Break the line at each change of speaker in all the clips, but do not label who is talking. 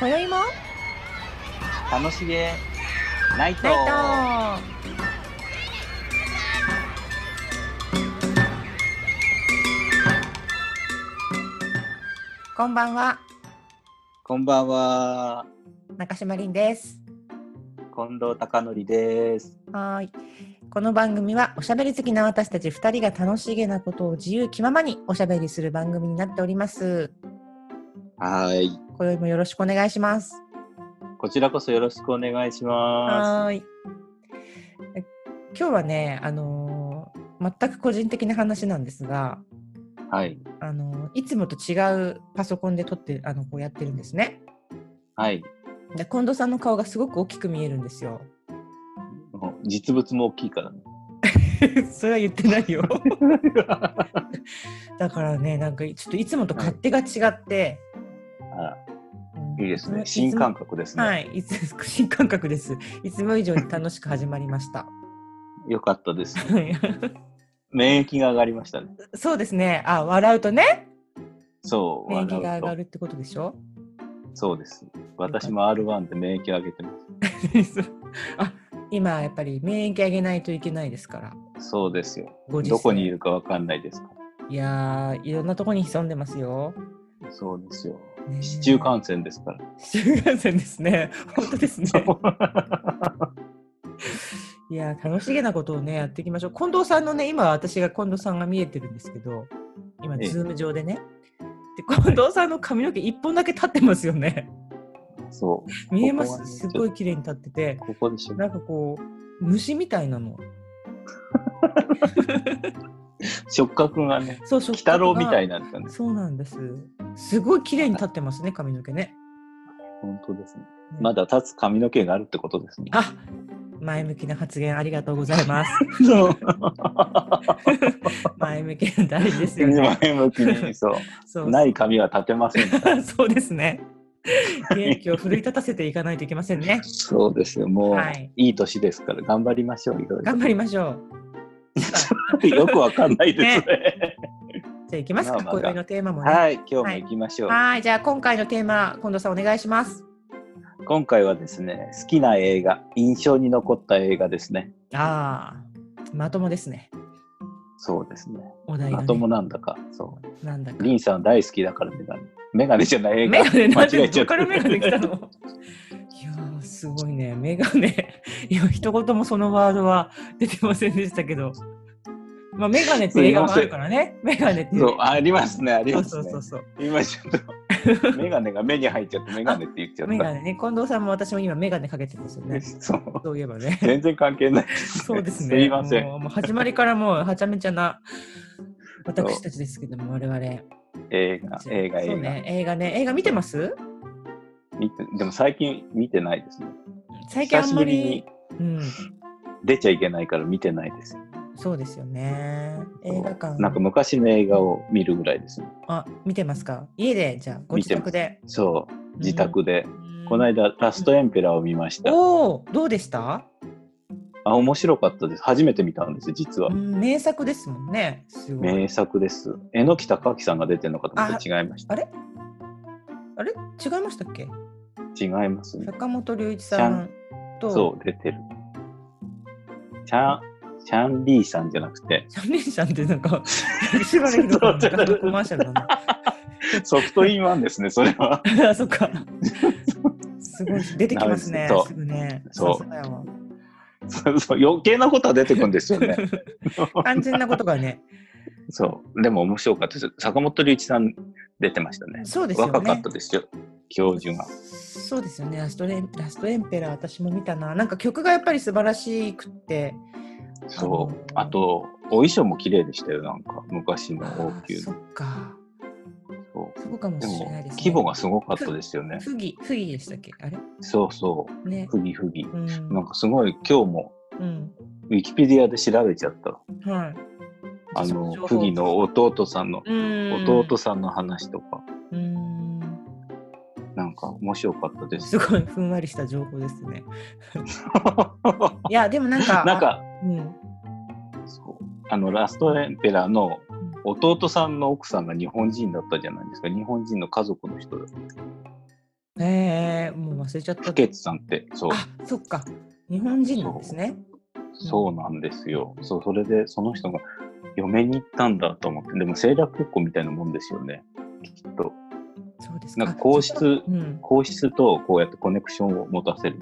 今宵も
楽しげナイト
ナイトこんばんは
こんばんは
中島凛です
近藤孝則です
はーいこの番組はおしゃべり好きな私たち2人が楽しげなことを自由気ままにおしゃべりする番組になっております
はい
今宵もよろしくお願いします
こちらこそよろしくお願いしま
はーい。え今日はね、あのー全く個人的な話なんですが、
すはい
あのーいつもと違うパソコンで撮ってあのこうやってるんですね。
はい
で近藤さんの顔がすごく大きく見えるんですよ。
もう実物も大きい からね
それは言ってないよ。 だからね、なんかちょっといつもと勝手が違って。
あ
うん
いいですね
つも
新感覚ですね、
はい、いつ 新感覚です。いつも以上に楽しく始まりました。
よかったです免疫が上がりましたね
そうですね。あ、笑うとね、
そう
免疫が上
笑うと
がるってことでしょ。
そうです私も R1 で免疫上げてま
あ今やっぱり免疫上げないといけないですから
すそうですよ
ご時世
どこにいるかわかんないですか
いやーいろんなとこに潜んでますよ
らそうですよ
ねえ
市中感染ですから
市中感染ですね本当ですねいやー楽しげなことをねやっていきましょう近藤さんのね今私が近藤さんが見えてるんですけど今
ええ
ズーム上でねで近藤さんの髪の毛一本だけ立ってますよ ね
そう
見えます
ここはね
すごい綺麗に立ってて
ここでしょ
なんかこう虫みたいなの
触覚がね
そうそう
鬼太郎みたいなんですよね
そうなんですすごい綺麗に立ってますね髪の毛ね
本当ですねまだ立つ髪の毛があるってことですね
あ前向きな発言ありがとうございます。
そう
前向きな大事ですよね。
前向きにそ
そうう
ない髪は立てませんから
そうですね。元気を奮い立たせていかないといけませんね。
そうですよもう、
はい
い、い年ですから頑張りましょういろい
頑張りましょう。
ろ よくわかんないですね
じゃあ行きますか、
まあまあ
今宵のテーマもね。
はい今日も行きましょう、
はい、じゃあ今回のテーマ、近藤さんお願いします。
今回はですね好きな映画印象に残った映画ですね
ああ、まともですね。
そうですね
お題が、
ま
ね。
ともなんだかそう
なんだか。
リンさん大好きだからメガネ。メガネじゃない映
メ
画。
ガネなん
間違
で
えち
ど
ゃ
っ
った
からメガネ来たのいやーすごいねメガネいや一言もそのワードは出てませんでしたけどまあメガネって映画もあるからねメガネって
そう、ありますね、あり
そう
ます
そう
ね。
そうそう
今ちょっ と、メガネが目に入っちゃって、メガネって言っちゃ
メガ
っ
ネね近藤さんも私も今メガネかけてるんですよね
た。そう。
そういえば ね
全然関係ないです、
そうです
す
ね
いません。
もうもう始まりからもうはちゃめちゃな私たちですけども我々映
映画、映画、映
そ
画、
うね映画ね映画見てます
見て。でも最近見てないですね。
最近あんまり
久し
うん
出ちゃいけないから見てないですよ。
そうですよね映画館
なんか昔の映画を見るぐらいですね。
あ、見てますか。家で、じゃあ、ご
見
自
てま
宅
す
で。
そう、自宅で。この
ない。
間、ラストエンペラーを見ました。
おお、どうでした。
あ、面白かったです。初めて見たんです、実は
う。ん名作ですもんね。すごい。
名作です。榎木隆明さんが出てるのかと思って違いました。
あれ。あれ、違いましたっけ。
違いますね。
坂本龍一さん。と。
そう、出てる。チャン、チャンリーさんじゃなくて、
シャンリンさんって、なんか。しばらく。なんかのコマーシャルだ
ソフトインワンですね、それは。
な。あ、 そっか。すごい、出てきますね。
そう
すぐね。
そう
さすがやわ
そうそう余計なことは出てくるんです よね。
肝心なことがね。
そう。でも面白かったです。坂本龍一さん出てましたね。
そうですよね。
若かったですよ、教授が。
そうですよねラストレン、ラストエンペラー、私も見たな、なんか曲がやっぱり素晴らしくって、あ
そう。
のー
あと、お衣装も綺麗でしたよ、なんか、昔の王
あー
宮
そ
の。
っか、
そう
そうかも
で
しれ
も
ないです、ね。
規模がすごかったですよね。
不義、不義でしたっけ、あれ
そうそ
ね
う。。ふぎふぎ。
うん、
なんかすごい、今日も
うん、
ウィキペディアで調べちゃった。
はい。
あ
その
の
情報、
フギの弟さんの、
うん、
弟さんの話とか、
うん、
なんか面白かったですす。
ごいふんわりした情報ですね。いや、でもなんか、
なんか、
うん、
そうあの、ラストエンペラーの弟さんの奥さんが日本人だったじゃないですか。日本人の家族の人だ。
えー、もう忘れちゃった
不。潔さんって、そう、
あ、そっか。日本人なんですね。
そうなんですよ。そう、それで、その人が嫁に行ったんだと思って、でも政略結婚みたいなもんですよね、きっと。
そうですか。
なんか皇
あ。そっ
室
か、うん。
皇室とこうやってコネクションを持たせる。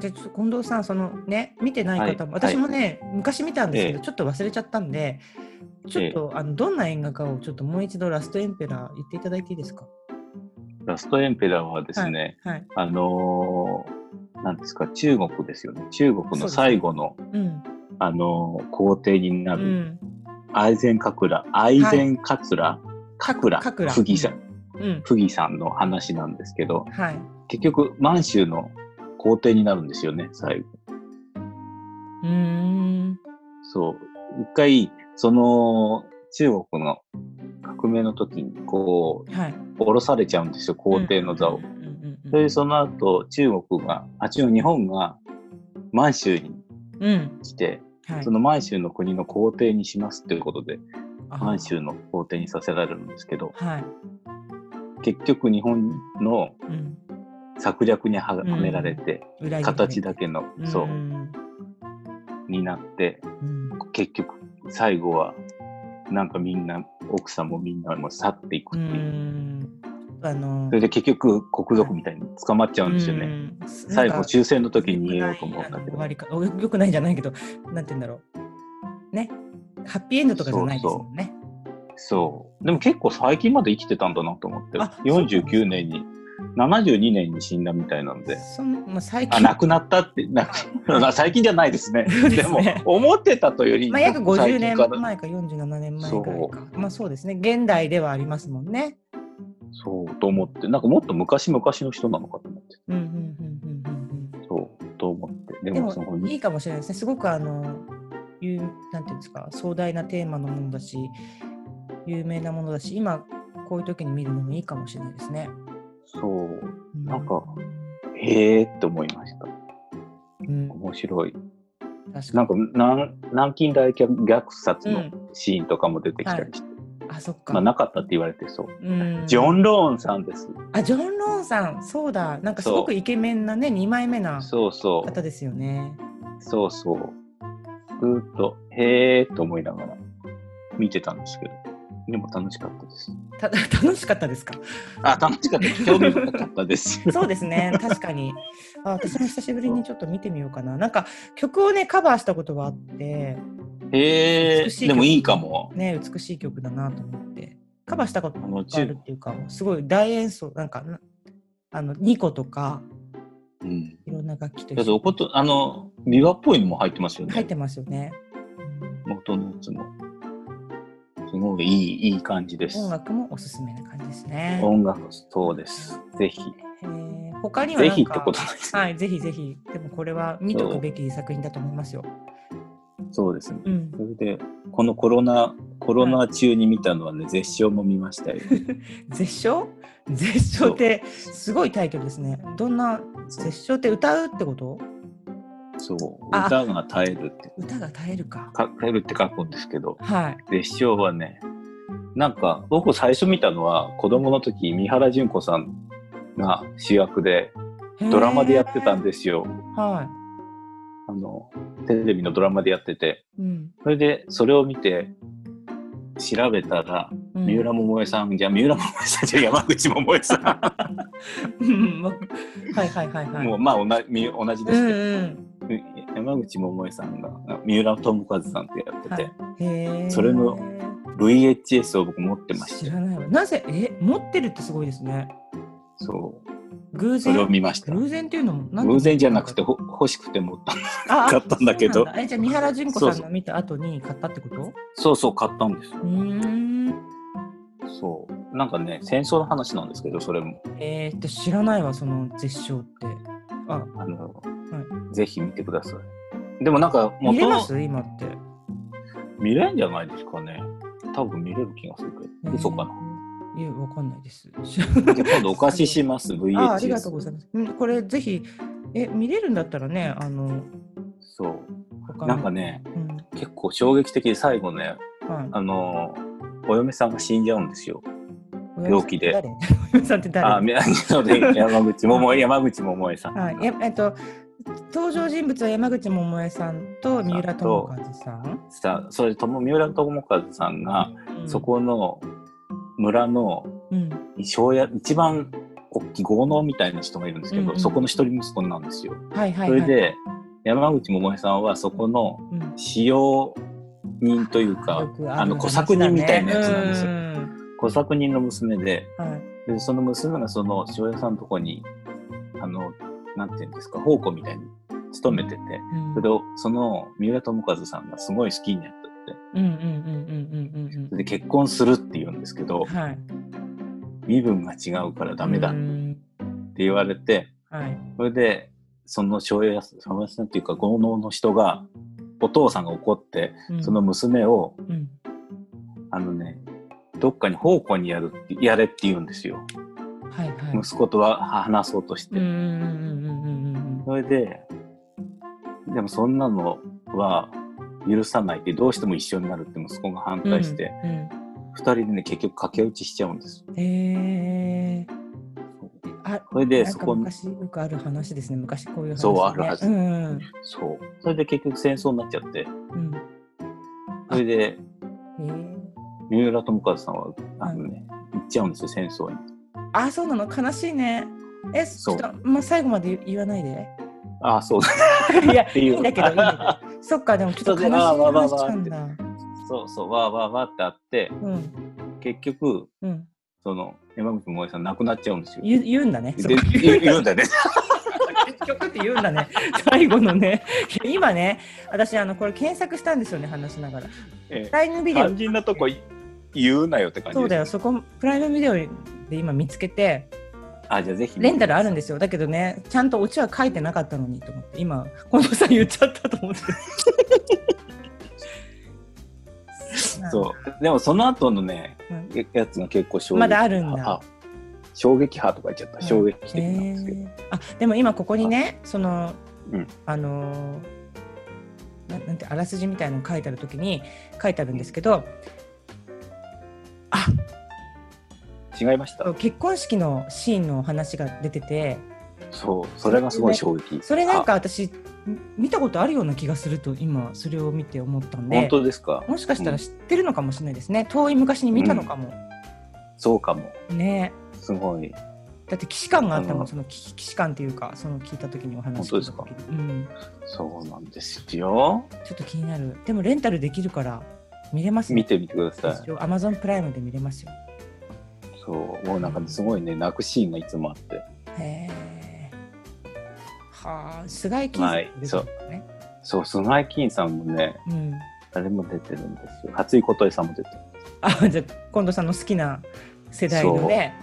じゃあちょっと近藤さん、そのね、見てない方も、
はい
私もね、昔見たんですけど、
え
ちょっと忘れちゃったんで、ちょっと、あのどんな映画かをちょっともう一度ラストエンペラー言っていただいていいですか。
ラストエンペラーはですね、
はい。
あのーなんですか、中国ですよね。中国の最後の、
うん。
あのー皇帝にな
う
る、
ん。
アイゼンカクラ、アイゼンカツラ、カクラ、
カクラ
フギさん、
うん。
フギさんの話なんですけど、
はい。
結局、満州の皇帝になるんですよね、最後。
うーん。
そう。一回、その、中国の革命の時に、こ
はい。
う、降ろされちゃうんですよ、皇帝の座を
うん。うんうん
で、その後、中国が、あ、中国、日本が満州に
うん。うん。
来て、
はい
そ。の満州の国の皇帝にしますということで、
あ
満州の皇帝にさせられるんですけど、
はい。
結局日本の
うん。
策略にははめられて、
裏切り
形だけの、そうう、
ん
になって、
うん
結局、最後は、なんかみんな、奥さんもみんなも去っていく
うー
っていう。
ん。あの
それで結局、国賊みたいに捕まっちゃうんですよね。
うん
最
な
後、
んか
終戦の時に逃げようと思っ
良くないあの
たけ
終
ど
わ。りかおよくないじゃないけど、なんて言うんだろう。ね。ハッピーエンドとかじゃないですもんね。
そう。でも結構最近まで生きてたんだなと思って
あ、
49年に、72年に死んだみたいなんで。
そんまあ、最
あ、
近、
亡くなったって、 亡くまあ最近じゃないですね。
そうで
ですも
ね、
思ってたとより、
まあ、約50年
最近から
前か47年前ぐらいか。まあそうですね。現代ではありますもんね。
そう、と思って、なんかもっと昔々の人なのかと思って、
うんうんうんうんうんうん。
そう、と思って。で
で
も、そ
も
の、
いいかもしれないですね。すごくあの有なんていうんですか壮大なテーマのものだし、有名なものだし、今こういう時に見るのもいいかもしれないですね。
そう、
う
なんかへえって思いました。
うん、
面白い。
確か
なん
に。
か、南南京大虐殺
う
の
ん、
シーンとかも出てきたりして、
あ、そっか。
まあ、なかったって言われてそう。
うん
ジョン・ローンさんです。
あ、ジョン・ローンさん、そうだ、なんかすご
そ
く
う
イケメンなね、2枚目な
そうそ
方ですよね。
う。そうそう。ぐーっと、へえーと思いながら見てたんですけど。でも楽しかったです。
た 楽しかったですか
あ、楽しかったです。興味深かったです。
そうですね、確かに。あ私も久しぶりにちょっと見てみようかな。なんか曲をね、カバーしたことがあって、
へえ
美しい
ー、
曲
でもいいかも。
ね、美しい曲だなと思って。カバーしたこと
あの
があるっていうか、すごい大演奏、なんか、なあの、2個とか、
うん。
いろんな楽器と
だっ
一
て
緒
お
に
こと、あの、ビワっぽいのも入ってますよね。
入ってますよね。うん
元のやつも。すごいいい、いい感じです。
音楽もおすすめな感じですね。
音楽そうです。ぜひ。
えー他には
ぜ
な
ひ
ん
って
か
ことないです。
はい、ぜひぜひ。でもこれは見とくべき作品だと思いますよ。
そうですね。
うん。
それで、このコロナ、コロナ中に見たのはね、絶唱も見ましたよ。
絶唱絶唱ってすごいタイトルですね。どんな絶唱って歌うってこと
そう。
あ
歌が耐えるって。
歌が耐えるか。
か耐えるって書くんですけど、
はい。
絶唱はね、なんか、僕最初見たのは、子供の時、三原純子さんが主役で、
へー
ドラマでやってたん。ですよ。
は
あの、テレビのドラマでやってて。
い。うん。
それで、それを見て、調べたら、
うん
三浦桃江さん、じゃ三浦桃江さん じゃ山口百恵さ
うんわはいはいはいは
ん。
い。
もう、まあ、同じみ同じで
う
す
ん
け
うん。
ど、山口百恵さんが、あ三浦友和さんってやってて、
はい、へえ。
それの VHS を僕持ってまし
知
た。
らないわ。なぜ、え、持ってるってすごいですね。
そう。
偶
それを
然。
見ました。
偶然っていうのもなんで
偶然じゃなくて、ほ欲しくて持った。
ああ
買ったんだけど
そうなんえじゃあ三原純子さ
そ
ん
う
の見た後に買ったってこと
そうそう、買ったんですよ
う。ーん。
そう。なんかね、戦争の話なんですけど、それも、
えー、って知らないわ、その絶唱って。あ、
あの、ぜひ見てください。でもなんか、
見れ
の
ます今って。
見れんじゃないですかね。多分見れる気がするけど、嘘かな。
えーいや、わかんないです。
じゃあ今度お貸しします、VHS。
あありがとうございます。うんこれ、ぜひ、え、見れるんだったらね、あの、
そう。
他の
なんか、ね、
うん、
結構衝撃的で最後ね、
はい。
あの、お嫁さんが死んじゃうんですよ。
お
病気で
誰お嫁さんって誰
あ、宮城で 山口桃江、山口桃江さん。
はい、ええっと登場人物は山口百恵さんと三浦友和さん。
さそれとも三浦友和さんが、
うん
そ、この村の
うん、
庄屋一番大きい豪農みたいな人がいるんですけど、
うんうん
そこの一人息子なんですよ。
はいはい、はい、
それで山口百恵さんはそこの
うん、
使用人というか、
よく
あの
話
小作人みたいなやつ
だ
なん
ね
ですよ。小作人の娘で
うんはい
でその娘がその塩屋さんのとこにあのなんていうんですか奉公みたいに勤めてて
うん
それをその三浦友和さんがすごい好きになっちゃって
うんうんうんうんうんうん
それで結婚するって言うんですけど
うん。はい。
身分が違うからダメだっ
う
て
ん
言われて
はい。
それでその塩屋さん塩屋さんっていうか豪農の人がお父さんが怒って
うん
その。娘を
うん。
あのねどっかに奉公にやるってやれって言うんですよ
はいはい。
息子とは話そうとして
うん。うんうんうんうん
それで、でもそんなのは許さないって、どうしても一緒になるって息子が反
うん。
対して、
うん。
二、人でね、結局駆け落ちしちゃうんです。
うんえー。あ。
それで、
なん
そ
か
こに、
昔よくある話ですね。昔こういう話、ね。
そうあるはず
うんうん
そう。それで結局戦争になっちゃって、
うん。
それで、
えー
三浦友和さんは、あのね、行っちゃうんですよ、戦争に。
あ、そうなの悲しいね。え、ち
そ
ょ
う
っと、まあ、最後まで言わないで。
ああ、そうだ。
いや
っ、て
い
いう
いんだけど、いいんだけど。そっか、でもちょっと悲しい話しちゃうんだ。
そうそう、わーわーわーってあって、
うん。
結局、
うん。
その、山口萌えさん亡くなっちゃうんですよ。
言う言うんだね。そ
で
こ
言う言うんだよね。
結局って言うんだね。最後のね。 いや今ね、私、あの、これ検索したんですよね、話しながら。
え
プライム
え
ビデ
肝
オ。
心なとこ言うなよって感じ
そうだ
よ。
よ、そこ、プライムビデオで今見つけて、
あ、じゃあぜひ。
レンタルあるんですよ。だけどね、ちゃんとオチは書いてなかったのにと思って、今、近藤さん言っちゃったと思って。
そう。でもその後のね、
うん
ややつが結構衝撃
まだあるんだ
あ衝撃波とか言っちゃった。衝撃的なんですけど。
へーあでも今ここにねその、
うん
あのーななんてあらすじみたいなの書いてある時に書いてあるんですけど
違いました。
結婚式のシーンのお話が出てて
そう。それがすごい衝撃。
それなんか私み見たことあるような気がすると今それを見て思ったん
あ。
で
本当ですか。
もしかしたら知ってるのかもしれないですね、遠い昔に見たのかも、
そうかも。
ね
すごい。
だって既視感があったも
あ
ん
の
その既既視感っていうかその聞いた時にお話
本当ですか
聞いた時うん、
そうなんですよ。
ちょっと気になるでもレンタルできるから見れますね
見てみてください。
一応 Amazon プライムで見れますよ。
そう。もうなんかすごいね、泣くシーンがいつもあって。
へえ。はあ、菅井金さん出てるんだね。
そう、菅井金さんもね、
うん。
誰も出てるんですよ。初井琴恵さんも出てる。
あ、じゃあ近藤さんの好きな世代のね、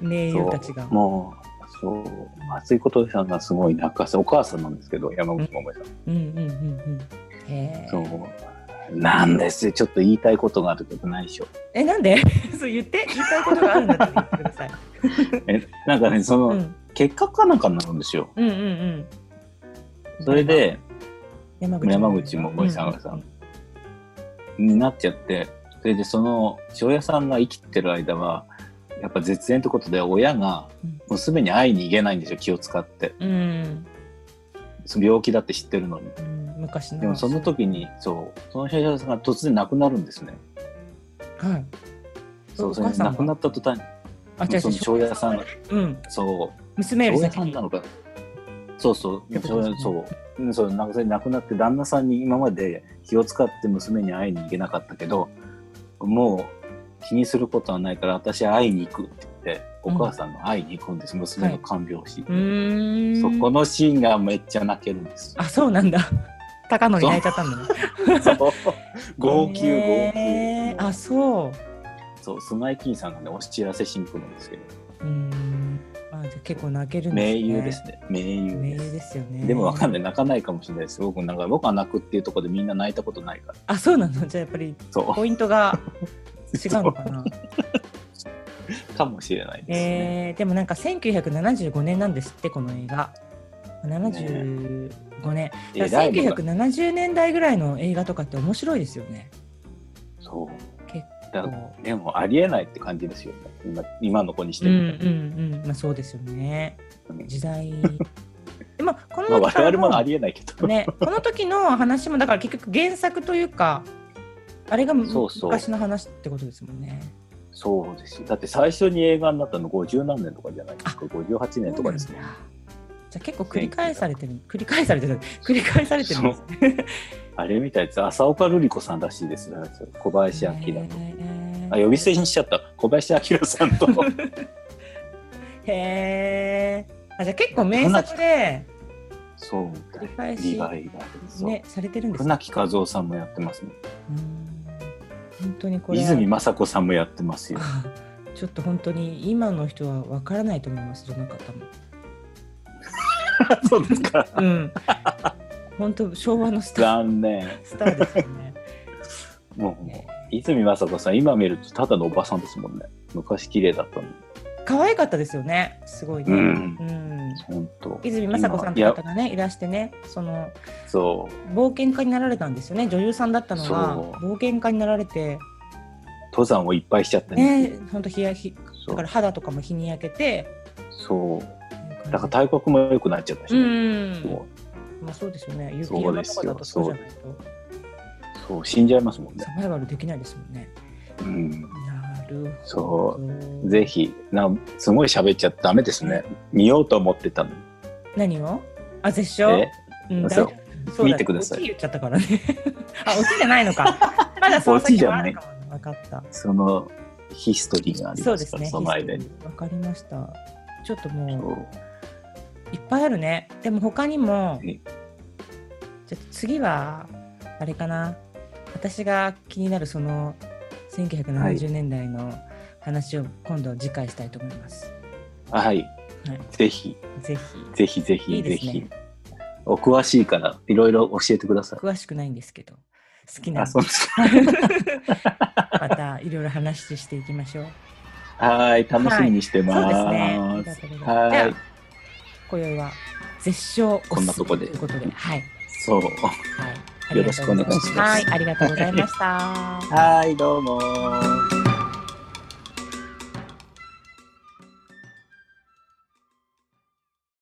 名優たちが。
もう、そう、松井琴音さんがすごい泣かせ、お母さんなんですけど、山口百恵さん。
うんうんうんうん。へえ。
そう。なんですよ。ちょっと言いたいことがあるけどないでしょ。
え、なんで そう言って言いたいことがあるんだって言ってください。
え、なんかね、 その、
うん、うん
結果かなんかになるんですよ。
うんうん。
それで、
山
山口も森さんがさになっちゃって、それでその、庄屋さんが生きてる間は、やっぱ絶縁ってことで、親が
うん
娘に会いに行けないんですよ、気を使って。
うんうん、
その病気だって知ってるのに。
うん、昔の。
でもその時に、そう、その庄屋さんが突然亡くなるんですね。
はい。
そう、
お
それ
母
で
さんが
亡くなった途端に、
あ、違う違。
そうの庄屋さんが、
うん。
そう、
娘より
親
先
さん
に。
なのか。そうそう
て、こと
そ
です
う
ね
そう、うんそう、なんかそれ亡くなって、旦那さんに今まで気を使って娘に会いに行けなかったけど、もう気にすることはないから、私会いに行くって言って、お母さんの会いに行くんです、娘の看病し、
うーん。
そうこのシーンがめっちゃ泣けるんです。
あ、そうなんだ。高野に泣いちゃったんだね。
そう 号泣、
へー
号
あ、
泣。
そう。
そう、菅井金さんがね、お知らせしに来るんですけど、
うーん。あ、じゃあ結構泣けるんですね。
名優です。ね、名優
名
で
優
す。
ですよね。
でもわかんない、泣かないかもしれないです。僕、なんか僕は泣くっていうところでみんな泣いたことないから。
あ、そうなの。じゃあやっぱり
そう。
ポイントが違うのかな。
かもしれないですね。
えー、でもなんか1975年なんですってこの映画。75年。
え
だから1970年代ぐらいの映画とかって面白いですよね。
そう。
結
だ
こ
でもありえないって感じですよね今今の子にし
うう
て
んう
みて、
んうんまあそうですよね
うん
時代でもこ
まあ、
の時
我
から
々もあ
の
りえないけど、
ねこの時の話もだから結局原作というかあれが
そうそう
昔の話ってことですもんね
そうですよだって最初に映画になったの50何年とかじゃないですか58年とかです
そう
ね
なんだじゃあ結構繰り返されてる繰り返されてる繰り返されてるんですね
あれみたいです浅岡瑠璃子さんらしいですね小林明と、
へー
あ呼び捨てにしちゃった小林明さんと
へえ。あじゃあ結構名作で
そう
繰り返
リ
し
バイバルそう、
ねされてるんです
船木和夫さんもやってますね
うん本当にこれは
泉雅子さんもやってますよ
あ ちょっと本当に今の人はわからないと思います。どの方も。
そうですか
うん。本当昭和のスター
残念
スターですよね。
もう、
ね
泉雅子さん今見るとただのおばさんですもんね昔綺麗だったのに
可愛かったですよね。すごいね。
うん
うん
本当
泉雅子さんって
今い
方が
や
ねいらしてねその
そう
冒険家になられたんですよね女優さんだったのが
そ
冒険家になられて
登山をいっぱいしちゃったね
ね本当日焼け
そ
だか
う
ら肌とかも日に焼けて
そう
っていう感じ
だから体格も良くなっちゃった
う
し、ね
ん
も
まあそうですよね雪
そう
山
で
と
す
か
よ
だとそうじゃないと
うそう死んじゃいますもんね
サ、バイバルできないですもんね
うん、
なるほ
そ
ど
ぜひなんすごい喋っちゃダメですね見ようと思ってたの
何をあ絶唱
え
うん
そう
大丈夫そうだ
見てください
オチ言っちゃったからね あオチじゃないの かまだその先はあるかも分かった
そのヒストリーがあり
そう
ま
ですす
から
ね
その間に
分かりましたちょっとも
そう
いっぱいあるねでも他にも
え
じゃあ次はあれかな私が気になるその1970年代の話を今度次回したいと思います、
はい
はい
ぜひ
ぜひ
ぜひぜひ
いい
ぜ
ですね
ひお詳しいからいろいろ教えてください
詳しくないんですけど好きな
あ
の
そうですか
またいろいろ話していきましょう
はい、楽しみにして
そう
ま。
ですすねありがとうございますじゃ
は
あ
い、
今宵は絶唱お
こんなとこで
ということではい、
そう。
はい、
よろしくお願いします
ありがとうございましたはいありがとうございました
はい、どうも。